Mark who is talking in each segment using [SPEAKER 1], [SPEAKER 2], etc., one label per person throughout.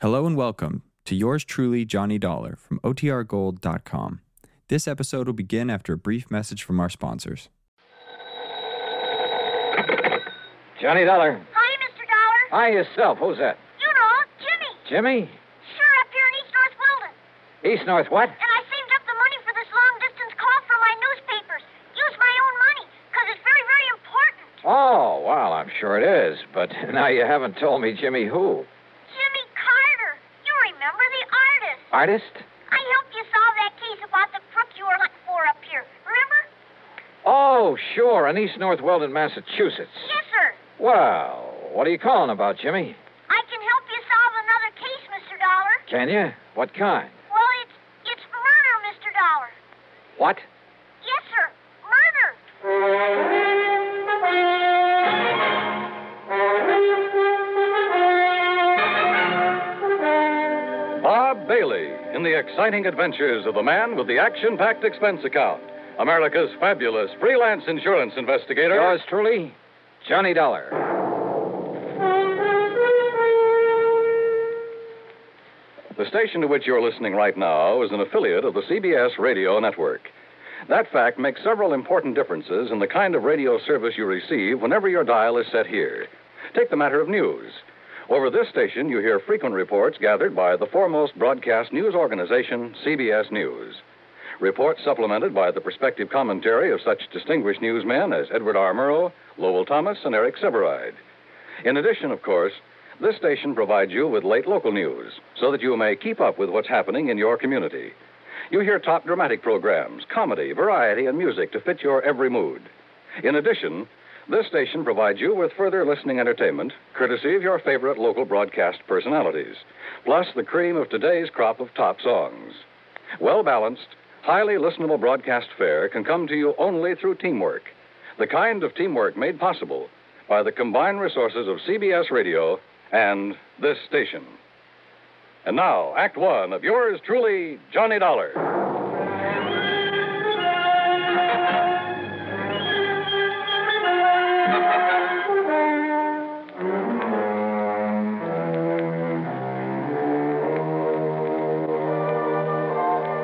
[SPEAKER 1] Hello and welcome to yours truly, Johnny Dollar from OTRGold.com. This episode will begin after a brief message from our sponsors.
[SPEAKER 2] Johnny Dollar.
[SPEAKER 3] Hi, Mr. Dollar.
[SPEAKER 2] Hi yourself. Who's that?
[SPEAKER 3] You know, Jimmy.
[SPEAKER 2] Jimmy?
[SPEAKER 3] Sure, up here in East North Weldon.
[SPEAKER 2] East North what?
[SPEAKER 3] And I saved up the money for this long distance call for my newspapers. Use my own money, because it's very, very important.
[SPEAKER 2] Oh, well, I'm sure it is. But now you haven't told me, Jimmy, who?
[SPEAKER 3] Jimmy Carter. You remember the artist.
[SPEAKER 2] Artist?
[SPEAKER 3] I helped you solve that case about the crook you were looking for up here. Remember?
[SPEAKER 2] Oh, sure, in East North Weldon, Massachusetts.
[SPEAKER 3] Yes, sir.
[SPEAKER 2] Well, what are you calling about, Jimmy?
[SPEAKER 3] I can help you solve another case, Mr. Dollar.
[SPEAKER 2] Can you? What kind?
[SPEAKER 3] Well, it's it's murder, Mr. Dollar.
[SPEAKER 2] What?
[SPEAKER 3] Yes, sir. Murder.
[SPEAKER 4] Bob Bailey in the exciting adventures of the man with the action packed expense account. America's fabulous freelance insurance investigator.
[SPEAKER 2] Yours truly, Johnny Dollar.
[SPEAKER 4] The station to which you're listening right now is an affiliate of the CBS radio network. That fact makes several important differences in the kind of radio service you receive whenever your dial is set here. Take the matter of news. Over this station, you hear frequent reports gathered by the foremost broadcast news organization, CBS News. Reports supplemented by the prospective commentary of such distinguished newsmen as Edward R. Murrow, Lowell Thomas, and Eric Severide. In addition, of course, this station provides you with late local news so that you may keep up with what's happening in your community. You hear top dramatic programs, comedy, variety, and music to fit your every mood. In addition, this station provides you with further listening entertainment, courtesy of your favorite local broadcast personalities, plus the cream of today's crop of top songs. Well balanced, highly listenable broadcast fare can come to you only through teamwork. The kind of teamwork made possible by the combined resources of CBS Radio and this station. And now, Act One of yours truly, Johnny Dollar.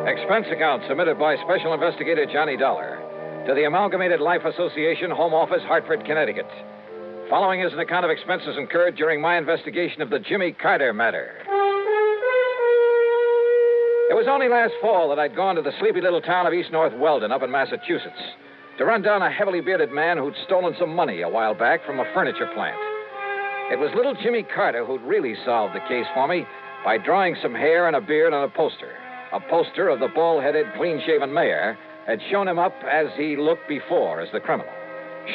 [SPEAKER 2] Expense account submitted by Special Investigator Johnny Dollar to the Amalgamated Life Association, Home Office, Hartford, Connecticut. Following is an account of expenses incurred during my investigation of the Jimmy Carter matter. It was only last fall that I'd gone to the sleepy little town of East North Weldon up in Massachusetts to run down a heavily bearded man who'd stolen some money a while back from a furniture plant. It was little Jimmy Carter who'd really solved the case for me by drawing some hair and a beard on a poster. A poster of the bald headed, clean shaven mayor had shown him up as he looked before as the criminal.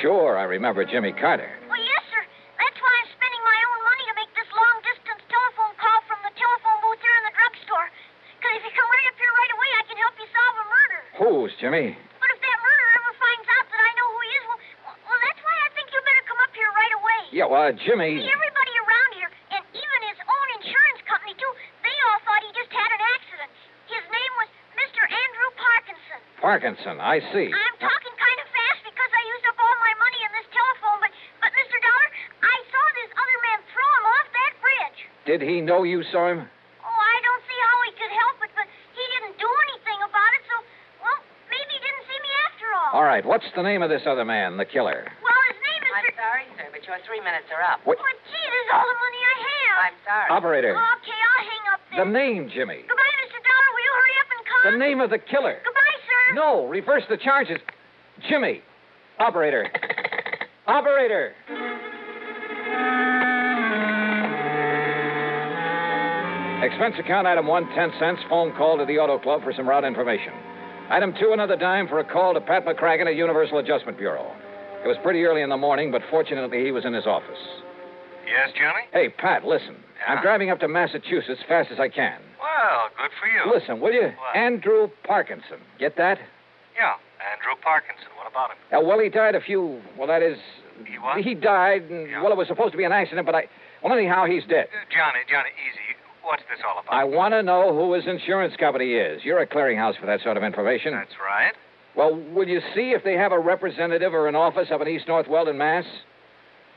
[SPEAKER 2] Sure, I remember Jimmy Carter.
[SPEAKER 3] Well, yes, sir. That's why I'm spending my own money to make this long distance telephone call from the telephone booth there in the drugstore. Because if you come right up here right away, I can help you solve a murder.
[SPEAKER 2] Who's Jimmy?
[SPEAKER 3] But if that murderer ever finds out that I know who he is, well, well that's why I think you better come up here right away.
[SPEAKER 2] Yeah, well, Jimmy.
[SPEAKER 3] See, everybody around here, and even his own insurance company, too, they all thought he just had an accident. His name was Mr. Andrew Parkinson.
[SPEAKER 2] Parkinson, I see.
[SPEAKER 3] I'm talking kind of fast because I used up all my money in this telephone, but, but Mr. Dollar, I saw this other man throw him off that bridge.
[SPEAKER 2] Did he know you saw him?
[SPEAKER 3] Oh, I don't see how he could help it, but he didn't do anything about it, so, well, maybe he didn't see me after all.
[SPEAKER 2] All right, what's the name of this other man, the killer?
[SPEAKER 3] Well, his name is.
[SPEAKER 5] I'm sorry, sir, but your three minutes are up.
[SPEAKER 2] What?
[SPEAKER 3] Well, gee, this is all the money I have.
[SPEAKER 5] I'm sorry.
[SPEAKER 2] Operator.
[SPEAKER 3] Okay, I'll hang up
[SPEAKER 2] The
[SPEAKER 3] then.
[SPEAKER 2] name, Jimmy.
[SPEAKER 3] Goodbye, Mr. Dollar. Will you hurry up and come?
[SPEAKER 2] The name of the killer.
[SPEAKER 3] Goodbye, sir.
[SPEAKER 2] No, reverse the charges. Jimmy. Operator. Operator. Expense account item one, ten cents. Phone call to the Auto Club for some route information. Item two, another dime for a call to Pat McCracken at Universal Adjustment Bureau. It was pretty early in the morning, but fortunately he was in his office.
[SPEAKER 6] Yes, Johnny?
[SPEAKER 2] Hey, Pat, listen. I'm
[SPEAKER 6] Yeah?
[SPEAKER 2] driving up to Massachusetts fast as I can.
[SPEAKER 6] Well, good for you.
[SPEAKER 2] Listen, will you?
[SPEAKER 6] What?
[SPEAKER 2] Andrew Parkinson. Get that?
[SPEAKER 6] Yeah, Andrew Parkinson. What about him?
[SPEAKER 2] Uh, well, he died a few. Well, that is.
[SPEAKER 6] He what?
[SPEAKER 2] He died, and,
[SPEAKER 6] Yeah.
[SPEAKER 2] well, it was supposed to be an accident, but I. Well, anyhow, he's dead.
[SPEAKER 6] Uh, Johnny, Johnny, easy. What's this all
[SPEAKER 2] I
[SPEAKER 6] about?
[SPEAKER 2] want to know who his insurance company is. You're a clearinghouse for that sort of information.
[SPEAKER 6] That's right.
[SPEAKER 2] Well, will you see if they have a representative or an office up in East North Weldon, Mass?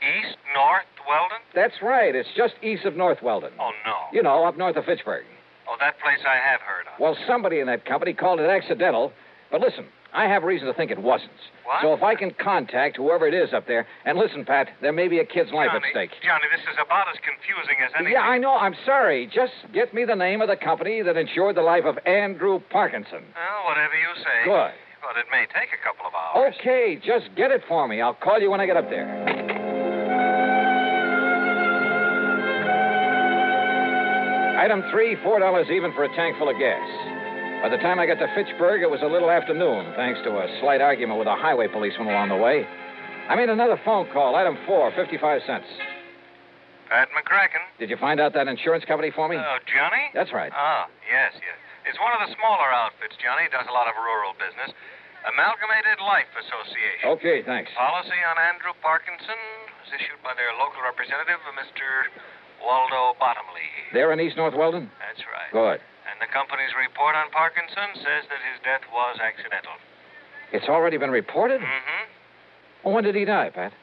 [SPEAKER 6] East North Weldon?
[SPEAKER 2] That's right. It's just east of North Weldon.
[SPEAKER 6] Oh, no.
[SPEAKER 2] You know, up north of Fitchburg.
[SPEAKER 6] Oh, that place I have heard of.
[SPEAKER 2] Well, somebody in that company called it accidental. But listen, I have reason to think it wasn't.
[SPEAKER 6] What?
[SPEAKER 2] So if I can contact whoever it is up there, and listen, Pat, there may be a kid's life
[SPEAKER 6] Johnny,
[SPEAKER 2] at stake.
[SPEAKER 6] Johnny, this is about as confusing as anything.
[SPEAKER 2] Yeah, I know. I'm sorry. Just get me the name of the company that insured the life of Andrew Parkinson.
[SPEAKER 6] Well, whatever you say.
[SPEAKER 2] Good.
[SPEAKER 6] But it may take a couple of hours.
[SPEAKER 2] Okay, just get it for me. I'll call you when I get up there. Item three, four dollars even for a tank full of gas. By the time I got to Fitchburg, it was a little afternoon, thanks to a slight argument with a highway policeman along the way. I made another phone call. Item four, fifty-five cents.
[SPEAKER 6] Pat McCracken.
[SPEAKER 2] Did you find out that insurance company for me?
[SPEAKER 6] Oh, Johnny?
[SPEAKER 2] That's right.
[SPEAKER 6] Ah, yes, yes. It's one of the smaller outfits, Johnny. Does a lot of rural business. Amalgamated Life Association.
[SPEAKER 2] Okay, thanks.
[SPEAKER 6] Policy on Andrew Parkinson was issued by their local representative, Mr. Waldo Bottomley.
[SPEAKER 2] There in East North Weldon?
[SPEAKER 6] That's right.
[SPEAKER 2] Good.
[SPEAKER 6] And the company's report on Parkinson says that his death was accidental.
[SPEAKER 2] It's already been reported?
[SPEAKER 6] Mm-hmm.
[SPEAKER 2] Well, when did he die, Pat?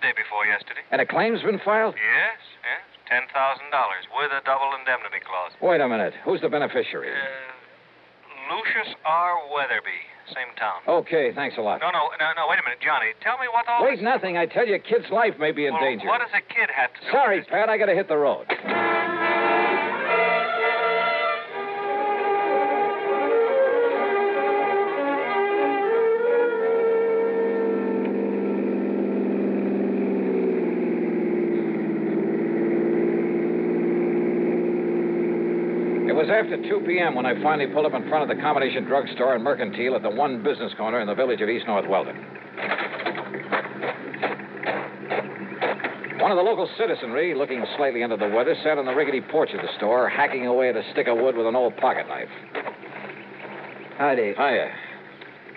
[SPEAKER 6] Day before yesterday.
[SPEAKER 2] And a claim's been filed?
[SPEAKER 6] Yes, yes. $10,000 with a double indemnity clause.
[SPEAKER 2] Wait a minute. Who's the beneficiary?
[SPEAKER 6] Uh, Lucius R. Weatherby, same town.
[SPEAKER 2] Okay, thanks a lot.
[SPEAKER 6] No, no, no, no. Wait a minute, Johnny. Tell me what all.
[SPEAKER 2] Wait,
[SPEAKER 6] this...
[SPEAKER 2] nothing. I tell you, a kid's life may be in
[SPEAKER 6] Well,
[SPEAKER 2] danger.
[SPEAKER 6] What does a kid have to do?
[SPEAKER 2] Sorry,
[SPEAKER 6] with this?
[SPEAKER 2] Pat, I gotta hit the road. It was after 2 p.m. when I finally pulled up in front of the combination drugstore and mercantile at the one business corner in the village of East North Weldon. One of the local citizenry, looking slightly under the weather, sat on the rickety porch of the store, hacking away at a stick of wood with an old pocket knife.
[SPEAKER 4] Hi, Dave.
[SPEAKER 2] Hiya.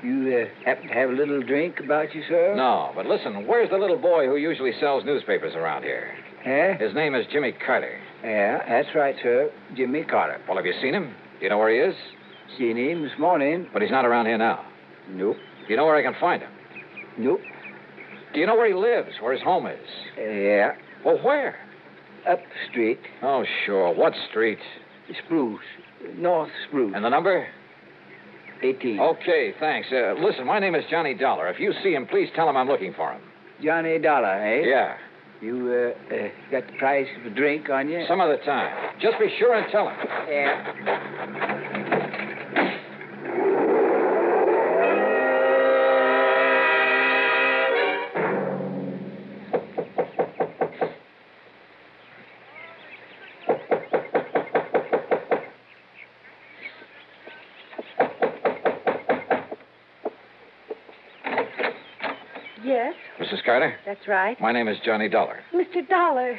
[SPEAKER 4] You uh, happen to have a little drink about you, sir?
[SPEAKER 2] No, but listen, where's the little boy who usually sells newspapers around here?
[SPEAKER 4] Eh?
[SPEAKER 2] His name is Jimmy Carter.
[SPEAKER 4] Yeah, that's right, sir. Jimmy Carter.
[SPEAKER 2] Well, have you seen him? Do you know where he is?
[SPEAKER 4] Seen him this morning.
[SPEAKER 2] But he's not around here now.
[SPEAKER 4] Nope.
[SPEAKER 2] Do you know where I can find him?
[SPEAKER 4] Nope. Eh.
[SPEAKER 2] Do you know where he lives, where his home is?
[SPEAKER 4] Yeah.
[SPEAKER 2] Well, where?
[SPEAKER 4] Up the street.
[SPEAKER 2] Oh, sure. What street?
[SPEAKER 4] Spruce. North Spruce. Oh.
[SPEAKER 2] And the number?
[SPEAKER 4] 18.
[SPEAKER 2] Okay, thanks. Uh, listen, my name is Johnny Dollar. If you see him, please tell him I'm looking for him.
[SPEAKER 4] Johnny Dollar, eh?
[SPEAKER 2] Yeah,
[SPEAKER 4] You uh, uh, got the price of a drink on you?
[SPEAKER 2] some other time. Just be sure and tell him.
[SPEAKER 4] Yeah.
[SPEAKER 7] Yes,
[SPEAKER 2] Mrs. Carter,
[SPEAKER 7] that's right.
[SPEAKER 2] my name is Johnny Dollar.
[SPEAKER 7] Mr. Dollar,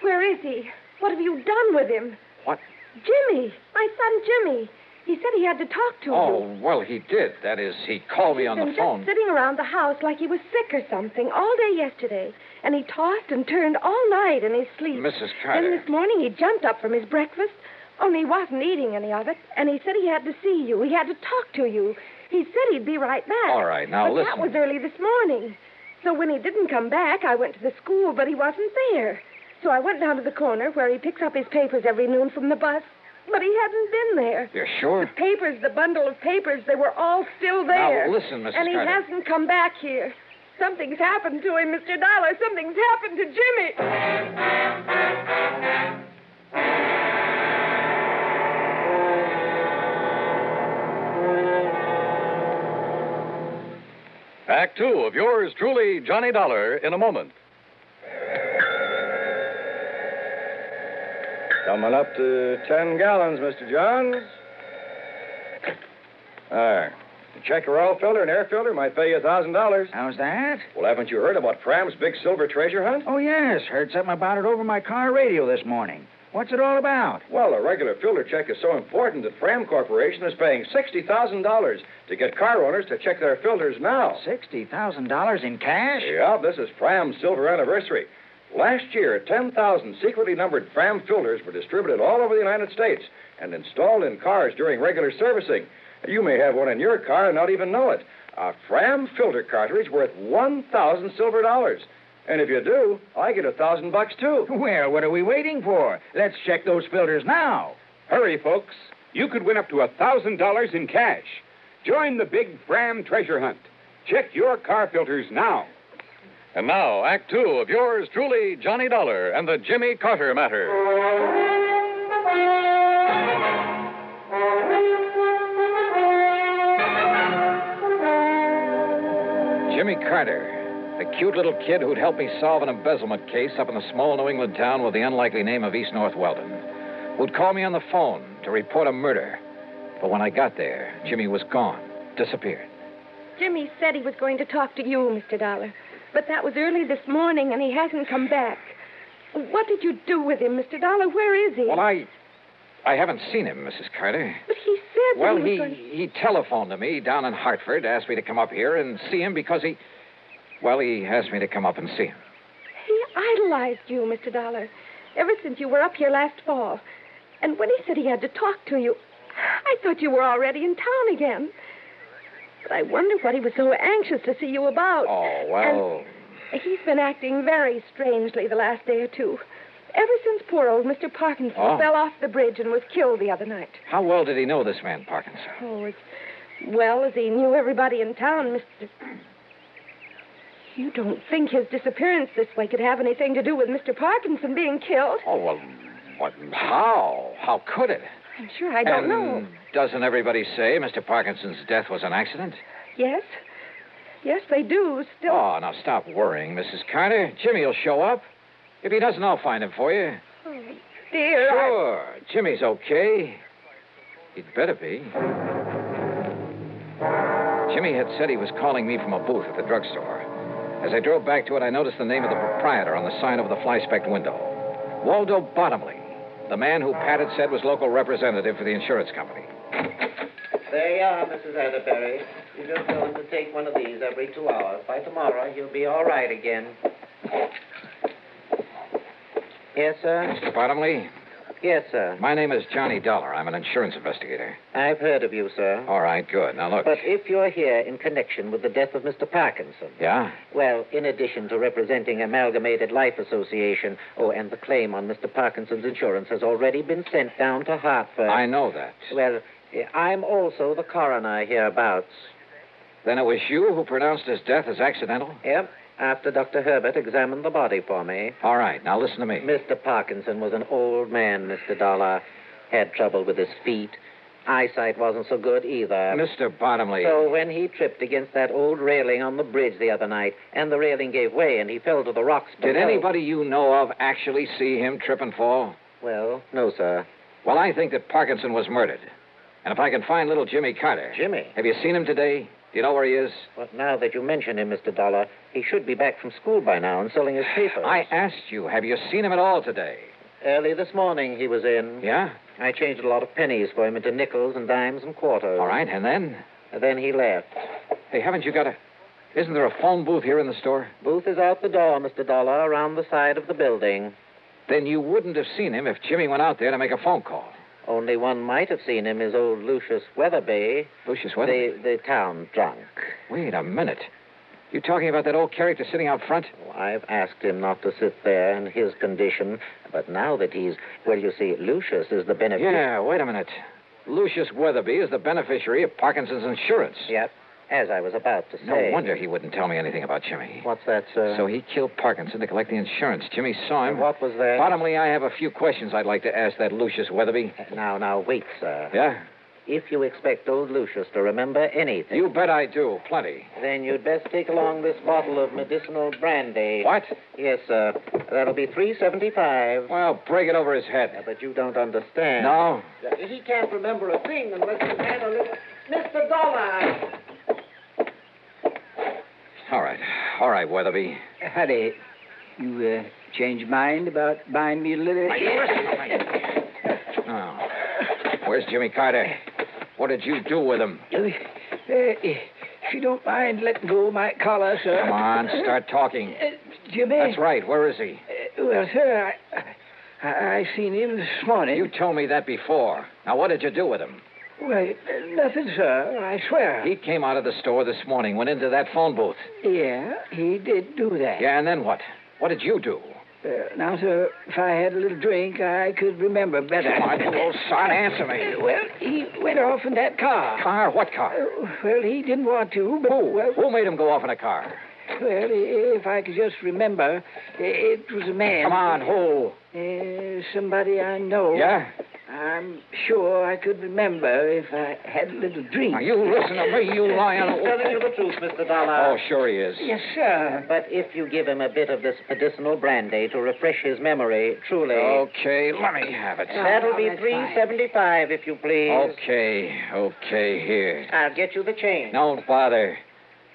[SPEAKER 7] where is he? What have you done with him?
[SPEAKER 2] What?
[SPEAKER 7] Jimmy, my son Jimmy. He said he had to talk to you.
[SPEAKER 2] Oh, well, he did. That is, he called me on
[SPEAKER 7] Been
[SPEAKER 2] the phone.
[SPEAKER 7] just sitting around the house like he was sick or something all day yesterday, and he tossed and turned all night in his sleep.
[SPEAKER 2] Mrs.
[SPEAKER 7] Then
[SPEAKER 2] Carter.
[SPEAKER 7] this morning he jumped up from his breakfast, only he wasn't eating any of it, and he said he had to see you. He had to talk to you. He said he'd be right back.
[SPEAKER 2] All right, now
[SPEAKER 7] but That
[SPEAKER 2] listen.
[SPEAKER 7] was early this morning. So when he didn't come back, I went to the school, but he wasn't there. So I went down to the corner where he picks up his papers every noon from the bus, but he hadn't been there.
[SPEAKER 2] You're sure?
[SPEAKER 7] Papers, the bundle of papers, they were all still
[SPEAKER 2] Now,
[SPEAKER 7] there.
[SPEAKER 2] listen, Mrs.
[SPEAKER 7] And he
[SPEAKER 2] Carter.
[SPEAKER 7] hasn't come back here. Something's happened to him, Mr. Dollar. Something's happened to Jimmy.
[SPEAKER 8] Act two of yours truly, Johnny Dollar, in a moment.
[SPEAKER 4] Coming up to 10 gallons, Mr. Johns.
[SPEAKER 8] There.
[SPEAKER 4] Check your oil filter and air filter might pay you $1,000.
[SPEAKER 9] How's that?
[SPEAKER 4] Well, haven't you heard about Pram's big silver treasure hunt?
[SPEAKER 9] Oh, yes. Heard something about it over my car radio this morning. What's it all about?
[SPEAKER 4] Well, a regular filter check is so important that Fram Corporation is paying $60,000 to get car owners to check their filters now.
[SPEAKER 9] $60,000 in cash?
[SPEAKER 4] Yeah, this is Fram's silver anniversary. Last year, 10,000 secretly numbered Fram filters were distributed all over the United States and installed in cars during regular servicing. You may have one in your car and not even know it. A Fram filter cartridge worth 1,000 silver dollars.
[SPEAKER 10] And if you do, I get a thousand bucks too.
[SPEAKER 11] Well, what are we waiting for? Let's check those filters now.
[SPEAKER 12] Hurry, folks. You could win up to a $1,000 in cash. Join the big Fram treasure hunt. Check your car filters now.
[SPEAKER 4] And now, Act Two of yours truly, Johnny Dollar and the Jimmy Carter Matter.
[SPEAKER 2] Jimmy Carter, the cute little kid who'd helped me solve an embezzlement case up in the small New England town with the unlikely name of East North Weldon, who'd call me on the phone to report a murder. But when I got there, Jimmy was gone, disappeared.
[SPEAKER 7] Jimmy said he was going to talk to you, Mr. Dollar. But that was early this morning, and he hasn't come back. What did you do with him, Mr. Dollar? Where is he?
[SPEAKER 2] Well, I. I haven't seen him, Mrs. Carter.
[SPEAKER 7] But he said. that
[SPEAKER 2] Well,
[SPEAKER 7] he.
[SPEAKER 2] he,
[SPEAKER 7] was going-
[SPEAKER 2] he telephoned to me down in Hartford, asked me to come up here and see him because he. Well, he asked me to come up and see him.
[SPEAKER 7] He idolized you, Mr. Dollar, ever since you were up here last fall. And when he said he had to talk to you, I thought you were already in town again. But I wonder what he was so anxious to see you about.
[SPEAKER 2] Oh, well.
[SPEAKER 7] He's been acting very strangely the last day or two. Ever since poor old Mr. Parkinson
[SPEAKER 2] Oh.
[SPEAKER 7] fell off the bridge and was killed the other night.
[SPEAKER 2] How well did he know this man, Parkinson?
[SPEAKER 7] Oh, as well as he knew everybody in town, Mr. You don't think his disappearance this way could have anything to do with Mr. Parkinson being killed?
[SPEAKER 2] Oh, well, what, how? How could it?
[SPEAKER 7] I'm sure I don't
[SPEAKER 2] and
[SPEAKER 7] know.
[SPEAKER 2] Doesn't everybody say Mr. Parkinson's death was an accident?
[SPEAKER 7] Yes? Yes, they do. Still,
[SPEAKER 2] Oh, now stop worrying, Mrs. Carter. Jimmy will show up. If he doesn't, I'll find him for you.
[SPEAKER 7] dear. I-
[SPEAKER 2] Sure. Jimmy's okay. He'd better be. Jimmy had said he was calling me from a booth at the drugstore. As I drove back to it, I noticed the name of the proprietor on the sign over the fly specked window Waldo Bottomley, the man who Pat had said was local representative for the insurance company.
[SPEAKER 13] There you are, Mrs. Atterbury. You just go to take one of these every two hours. By tomorrow, he'll be all right again. Yes, sir?
[SPEAKER 2] Mr. Bottomley,
[SPEAKER 13] Yes, sir.
[SPEAKER 2] my name is Johnny Dollar. I'm an insurance investigator.
[SPEAKER 13] I've heard of you, sir.
[SPEAKER 2] All right, good. Now look.
[SPEAKER 13] But if you're here in connection with the death of Mr. Parkinson,
[SPEAKER 2] Yeah?
[SPEAKER 13] well, in addition to representing Amalgamated Life Association, oh, and the claim on Mr. Parkinson's insurance has already been sent down to Hartford.
[SPEAKER 2] I know that.
[SPEAKER 13] Well, I'm also the coroner hereabouts.
[SPEAKER 2] Then it was you who pronounced his death as accidental?
[SPEAKER 13] Yep, after Dr. Herbert examined the body for me.
[SPEAKER 2] All right, now listen to me.
[SPEAKER 13] Mr. Parkinson was an old man, Mr. Dollar. Had trouble with his feet. Eyesight wasn't so good either.
[SPEAKER 2] Mr. Bottomley.
[SPEAKER 13] So when he tripped against that old railing on the bridge the other night, and the railing gave way and he fell to the rocks below.
[SPEAKER 2] Did anybody you know of actually see him trip and fall?
[SPEAKER 13] Well, no, sir.
[SPEAKER 2] Well, I think that Parkinson was murdered. And if I can find little Jimmy Carter.
[SPEAKER 13] Jimmy.
[SPEAKER 2] Have you seen him today? Do you know where he is?
[SPEAKER 13] But now that you mention him, Mr. Dollar, he should be back from school by now and selling his papers.
[SPEAKER 2] I asked you, have you seen him at all today?
[SPEAKER 13] Early this morning he was in.
[SPEAKER 2] Yeah?
[SPEAKER 13] I changed a lot of pennies for him into nickels and dimes and quarters.
[SPEAKER 2] All right, and then?
[SPEAKER 13] And then he left.
[SPEAKER 2] Hey, haven't you got a. Isn't there a phone booth here in the store?
[SPEAKER 13] Booth is out the door, Mr. Dollar, around the side of the building.
[SPEAKER 2] Then you wouldn't have seen him if Jimmy went out there to make a phone call.
[SPEAKER 13] Only one might have seen him is old Lucius Weatherby,
[SPEAKER 2] Lucius, what?
[SPEAKER 13] The, the town drunk.
[SPEAKER 2] Wait a minute. You talking about that old character sitting out front?
[SPEAKER 13] I've asked him not to sit there in his condition, but now that he's. Well, you see, Lucius is the beneficiary.
[SPEAKER 2] Yeah, wait a minute. Lucius Weatherby is the beneficiary of Parkinson's insurance.
[SPEAKER 13] Yep, as I was about to say.
[SPEAKER 2] No wonder he wouldn't tell me anything about Jimmy.
[SPEAKER 13] What's that, sir?
[SPEAKER 2] So he killed Parkinson to collect the insurance. Jimmy saw him.
[SPEAKER 13] And what was that?
[SPEAKER 2] Bottomly, I have a few questions I'd like to ask that Lucius Weatherby.
[SPEAKER 13] Now, now, wait, sir.
[SPEAKER 2] Yeah?
[SPEAKER 13] If you expect old Lucius to remember anything,
[SPEAKER 2] You bet I do. Plenty.
[SPEAKER 13] then you'd best take along this bottle of medicinal brandy.
[SPEAKER 2] What?
[SPEAKER 13] Yes, sir. That'll be three seventy-five.
[SPEAKER 2] Well, break it over his head.
[SPEAKER 13] But you don't understand.
[SPEAKER 2] No?
[SPEAKER 13] He can't remember a thing unless he's had a little. Mr. Dollar!
[SPEAKER 2] All right. All right, Weatherby.
[SPEAKER 11] Howdy. You uh, changed mind about buying me a little.
[SPEAKER 2] Now, where's Jimmy Carter? What did you do with him?
[SPEAKER 11] Uh,
[SPEAKER 13] Eh,
[SPEAKER 11] if you don't mind letting go of my collar, sir.
[SPEAKER 2] Come on, start talking.
[SPEAKER 11] Uh, Jimmy.
[SPEAKER 2] That's right. Where is he?
[SPEAKER 11] Uh, well, sir, I, I, I seen him this morning.
[SPEAKER 2] You told me that before. Now, what did you do with him?
[SPEAKER 13] Wait, nothing, sir, I swear.
[SPEAKER 2] He came out of the store this morning, went into that phone booth.
[SPEAKER 13] Yeah, he did do that.
[SPEAKER 2] Yeah, and then what? What did you do?
[SPEAKER 13] Uh, now, sir, if I had a little drink, I could remember better.
[SPEAKER 2] Why, you old son, answer me.
[SPEAKER 13] Uh, Well, he went off in that car.
[SPEAKER 2] Car? What car?
[SPEAKER 13] Uh, well, he didn't want to, but.
[SPEAKER 2] Who?
[SPEAKER 13] Well,
[SPEAKER 2] Who made him go off in a car?
[SPEAKER 13] well, i- if I could just remember, i- it was a man.
[SPEAKER 2] Come on, who?
[SPEAKER 13] Uh, somebody I know.
[SPEAKER 2] Yeah?
[SPEAKER 13] I'm sure I could remember if I had a little drink.
[SPEAKER 2] Now, you listen to me, you lying
[SPEAKER 14] He's telling you the truth, Mr. Dollar.
[SPEAKER 2] Oh, sure he is.
[SPEAKER 13] Yes, sir.
[SPEAKER 14] But if you give him a bit of this medicinal brandy to refresh his memory, truly.
[SPEAKER 2] Okay, let me have it.
[SPEAKER 14] That'll be
[SPEAKER 13] Oh, that's Oh.
[SPEAKER 14] three seventy-five, if you please.
[SPEAKER 2] Okay, okay, here.
[SPEAKER 14] I'll get you the change.
[SPEAKER 2] Don't bother,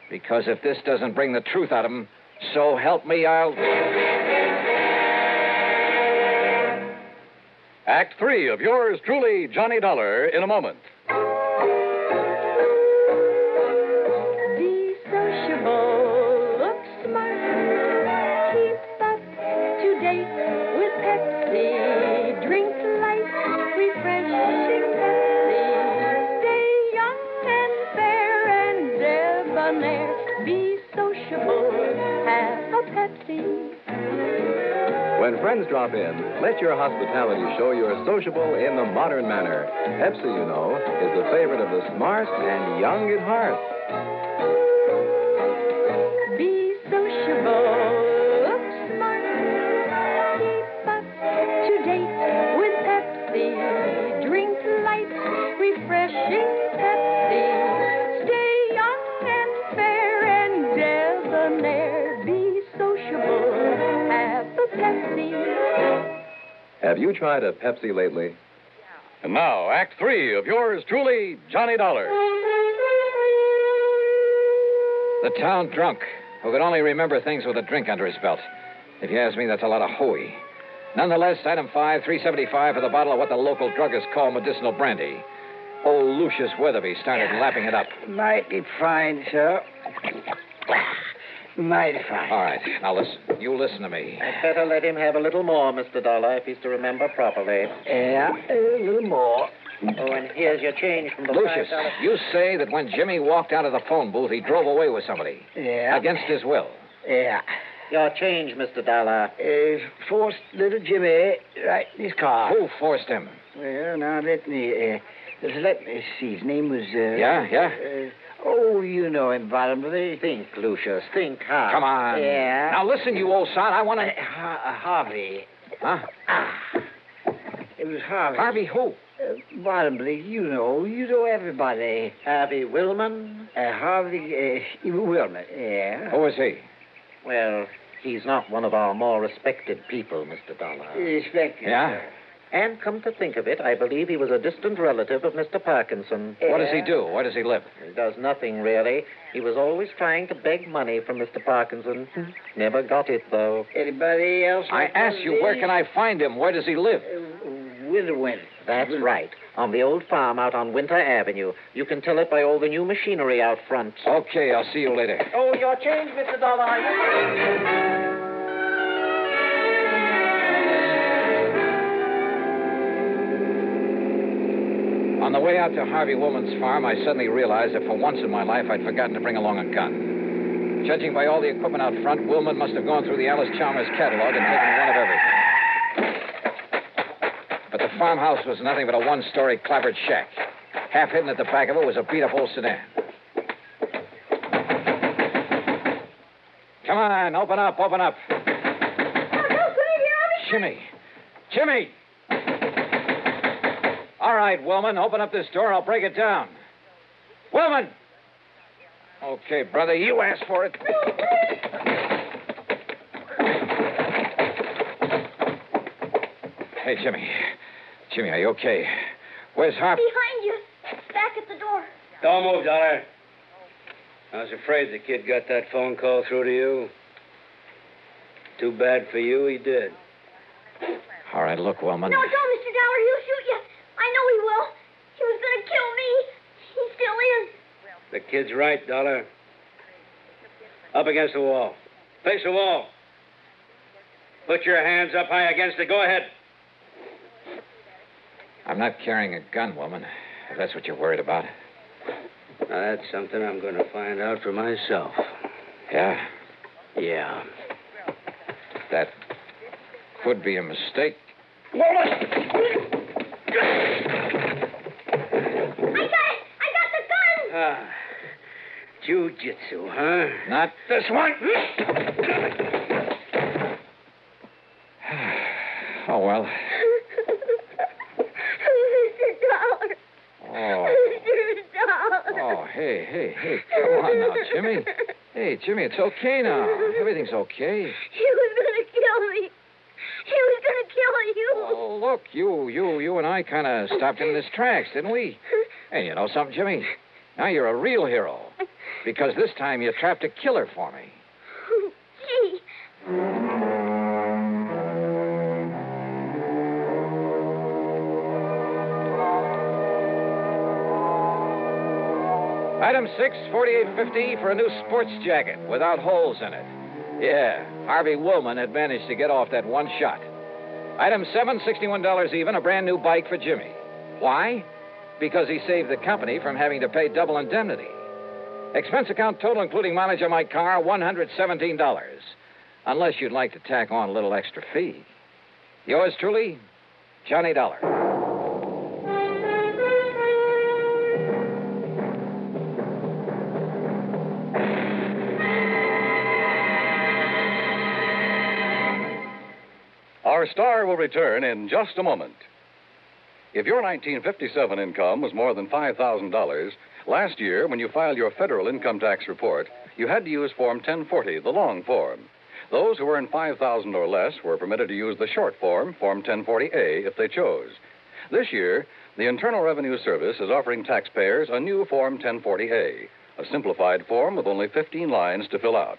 [SPEAKER 2] because if this doesn't bring the truth out of him, so help me, I'll.
[SPEAKER 15] Act three of yours truly, Johnny Dollar, in a moment.
[SPEAKER 7] Be sociable, look smart, keep up to date with Pepsi, drink light, refreshing Pepsi. Stay young and fair and debonair. Be sociable, have a Pepsi.
[SPEAKER 4] When friends drop in, let your hospitality show you're sociable in the modern manner. Pepsi, you know, is the favorite of the smart and young at heart.
[SPEAKER 7] Be sociable, look smart, keep up to date with Pepsi. Drink light, refreshing Pepsi. Stay young and fair and debonair. Be sociable, have a Pepsi.
[SPEAKER 4] Have you tried a Pepsi lately?
[SPEAKER 15] And now, Act three of yours truly, Johnny Dollar.
[SPEAKER 2] The town drunk, who could only remember things with a drink under his belt. If you ask me, that's a lot of hooey. Nonetheless, item five, 375 for the bottle of what the local druggists call medicinal brandy. Old Lucius Weatherby started lapping it up.
[SPEAKER 13] Mighty fine, sir. Mighty fine.
[SPEAKER 2] All right, now listen. You listen to me.
[SPEAKER 14] I'd better let him have a little more, Mr. Dollar, if he's to remember properly.
[SPEAKER 13] Yeah, a little more.
[SPEAKER 14] Oh, and here's your change from the
[SPEAKER 2] Lucius,
[SPEAKER 14] $5.
[SPEAKER 2] you say that when Jimmy walked out of the phone booth, he drove away with somebody.
[SPEAKER 13] Yeah.
[SPEAKER 2] Against his will.
[SPEAKER 13] Yeah.
[SPEAKER 14] Your change, Mr. Dollar.
[SPEAKER 13] Uh, forced little Jimmy right in his car.
[SPEAKER 2] Who forced him?
[SPEAKER 13] Well, now let me, uh, let me see. His name was, uh,
[SPEAKER 2] Yeah, yeah.
[SPEAKER 13] Uh, oh, you know him, Barnaby.
[SPEAKER 14] Think, Lucius. Think hard.
[SPEAKER 2] Come on.
[SPEAKER 13] Yeah.
[SPEAKER 2] Now listen, you old son. I want to.
[SPEAKER 13] Uh, Har- uh, Harvey.
[SPEAKER 2] Huh?
[SPEAKER 13] It was Harvey.
[SPEAKER 2] Ah. Harvey who?
[SPEAKER 13] Uh, Barnaby, you know, you know everybody.
[SPEAKER 14] Harvey Willman?
[SPEAKER 13] Uh, Harvey, uh, Wilmer, yeah.
[SPEAKER 2] Who is he?
[SPEAKER 14] Well, he's not one of our more respected people, Mr. Dollar.
[SPEAKER 13] Inspector.
[SPEAKER 2] Yeah?
[SPEAKER 14] And come to think of it, I believe he was a distant relative of Mr. Parkinson.
[SPEAKER 2] What does he do? Where does he live?
[SPEAKER 14] He does nothing, really. He was always trying to beg money from Mr. Parkinson.
[SPEAKER 2] Hmm?
[SPEAKER 14] Never got it, though.
[SPEAKER 13] Anybody else?
[SPEAKER 2] I
[SPEAKER 13] like
[SPEAKER 2] ask
[SPEAKER 13] one of
[SPEAKER 2] you, where
[SPEAKER 13] these?
[SPEAKER 2] can I find him? Where does he live?
[SPEAKER 13] Widowin.
[SPEAKER 14] That's right. On the old farm out on Winter Avenue. You can tell it by all the new machinery out front.
[SPEAKER 2] Okay, I'll see you later.
[SPEAKER 14] Oh, your change, Mr. Dollar.
[SPEAKER 2] On the way out to Harvey Woolman's farm, I suddenly realized that for once in my life I'd forgotten to bring along a gun. Judging by all the equipment out front, Woolman must have gone through the Alice Chalmers catalog and taken one of everything. But the farmhouse was nothing but a one story clapboard shack. Half hidden at the back of it was a beat up old sedan. Come on, open up, open up. Jimmy. Jimmy! All right, Wilman, open up this door. I'll break it down. Wilman! Okay, brother, you asked for it. Hey, Jimmy. Jimmy, are you okay? Where's Harvey?
[SPEAKER 3] Behind you, back at the door.
[SPEAKER 16] Don't move, Dollar. I was afraid the kid got that phone call through to you. Too bad for you, he did.
[SPEAKER 2] All right, look, Wilman.
[SPEAKER 3] No, don't, Mr. Dollar. He'll shoot you. I know he will. He was going to kill me. He still is.
[SPEAKER 16] The kid's right, Dollar. Up against the wall. Face the wall. Put your hands up high against it. Go ahead.
[SPEAKER 2] I'm not carrying a gun, Wilman. If that's what you're worried about.
[SPEAKER 17] Now, that's something I'm going to find out for myself.
[SPEAKER 2] Yeah,
[SPEAKER 17] Yeah.
[SPEAKER 2] that could be a mistake.
[SPEAKER 17] Ah, jiu-jitsu, huh?
[SPEAKER 2] Not this one. Oh, well.
[SPEAKER 18] Mr. Dollar.
[SPEAKER 2] Oh.
[SPEAKER 18] Mr. Dollar.
[SPEAKER 2] Oh, hey, hey, hey, come on now, Jimmy. Hey, Jimmy, it's okay now. Everything's okay.
[SPEAKER 18] He was gonna kill me. He was gonna kill you.
[SPEAKER 2] Oh, look, you, you, you and I kind of stopped in his tracks, didn't we? Hey, you know something, Jimmy? Now you're a real hero. Because this time you trapped a killer for me.
[SPEAKER 18] Gee.
[SPEAKER 2] Item 6, 4850 for a new sports jacket without holes in it. Yeah, Harvey Woolman had managed to get off that one shot. Item 7, $61 even, a brand new bike for Jimmy. Why? Because he saved the company from having to pay double indemnity. Expense account total, including mileage on my car, $117. Unless you'd like to tack on a little extra fee. Yours truly, Johnny Dollar.
[SPEAKER 4] Our star will return in just a moment. If your 1957 income was more than $5,000, last year when you filed your federal income tax report, you had to use Form 1040, the long form. Those who earned 5,000 or less were permitted to use the short form, Form 1040A, if they chose. This year, the Internal Revenue Service is offering taxpayers a new Form 1040A, a simplified form with only 15 lines to fill out.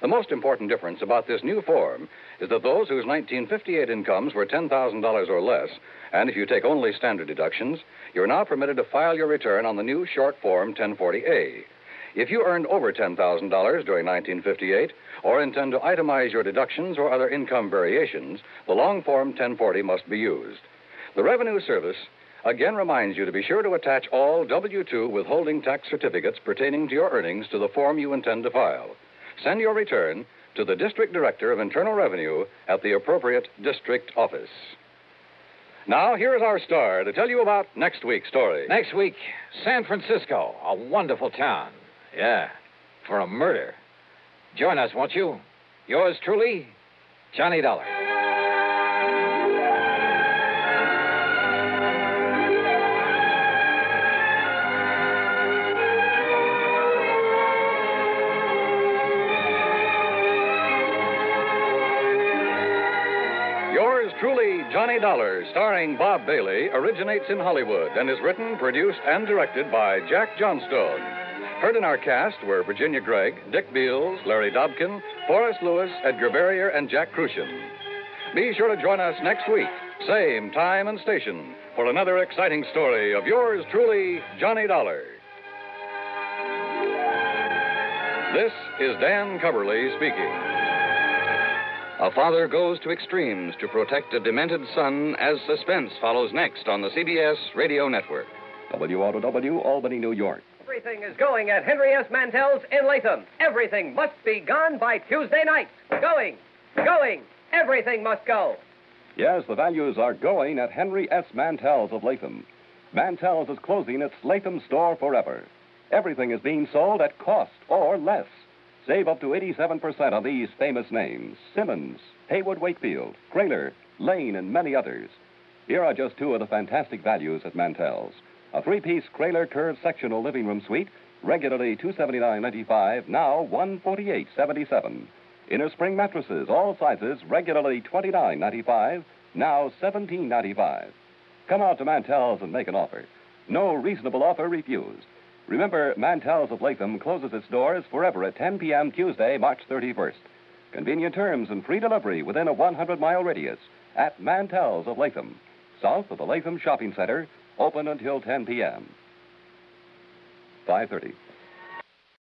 [SPEAKER 4] The most important difference about this new form is that those whose 1958 incomes were $10,000 or less, and if you take only standard deductions, you're now permitted to file your return on the new short form 1040A. If you earned over $10,000 during 1958 or intend to itemize your deductions or other income variations, the long form 1040 must be used. The Revenue Service again reminds you to be sure to attach all W 2 withholding tax certificates pertaining to your earnings to the form you intend to file. Send your return to the District Director of Internal Revenue at the appropriate district office. Now, here is our star to tell you about next week's story.
[SPEAKER 2] Next week, San Francisco, a wonderful town. Yeah, for a murder. Join us, won't you? Yours truly, Johnny Dollar.
[SPEAKER 4] Yours truly, Johnny Dollar, starring Bob Bailey, originates in Hollywood and is written, produced, and directed by Jack Johnstone. Heard in our cast were Virginia Gregg, Dick Beals, Larry Dobkin, Forrest Lewis, Edgar Barrier, and Jack Crucian. Be sure to join us next week, same time and station, for another exciting story of yours truly, Johnny Dollar. This is Dan Coverly speaking.
[SPEAKER 19] A father goes to extremes to protect a demented son as suspense follows next on the CBS Radio Network.
[SPEAKER 20] WROW, Albany, New York.
[SPEAKER 21] Everything is going at Henry S. Mantel's in Latham. Everything must be gone by Tuesday night. Going, going, everything must go.
[SPEAKER 20] Yes, the values are going at Henry S. Mantel's of Latham. Mantel's is closing its Latham store forever. Everything is being sold at cost or less. Save up to 87% on these famous names Simmons, Haywood Wakefield, Crayler, Lane, and many others. Here are just two of the fantastic values at Mantel's a three piece Crayler curved sectional living room suite, regularly $279.95, now $148.77. Inner spring mattresses, all sizes, regularly $29.95, now $17.95. Come out to Mantel's and make an offer. No reasonable offer refused. Remember, Mantel's of Latham closes its doors forever at 10 p.m. Tuesday, March 31st. Convenient terms and free delivery within a 100 mile radius at Mantel's of Latham, south of the Latham Shopping Center, open until 10 p.m. 5:30.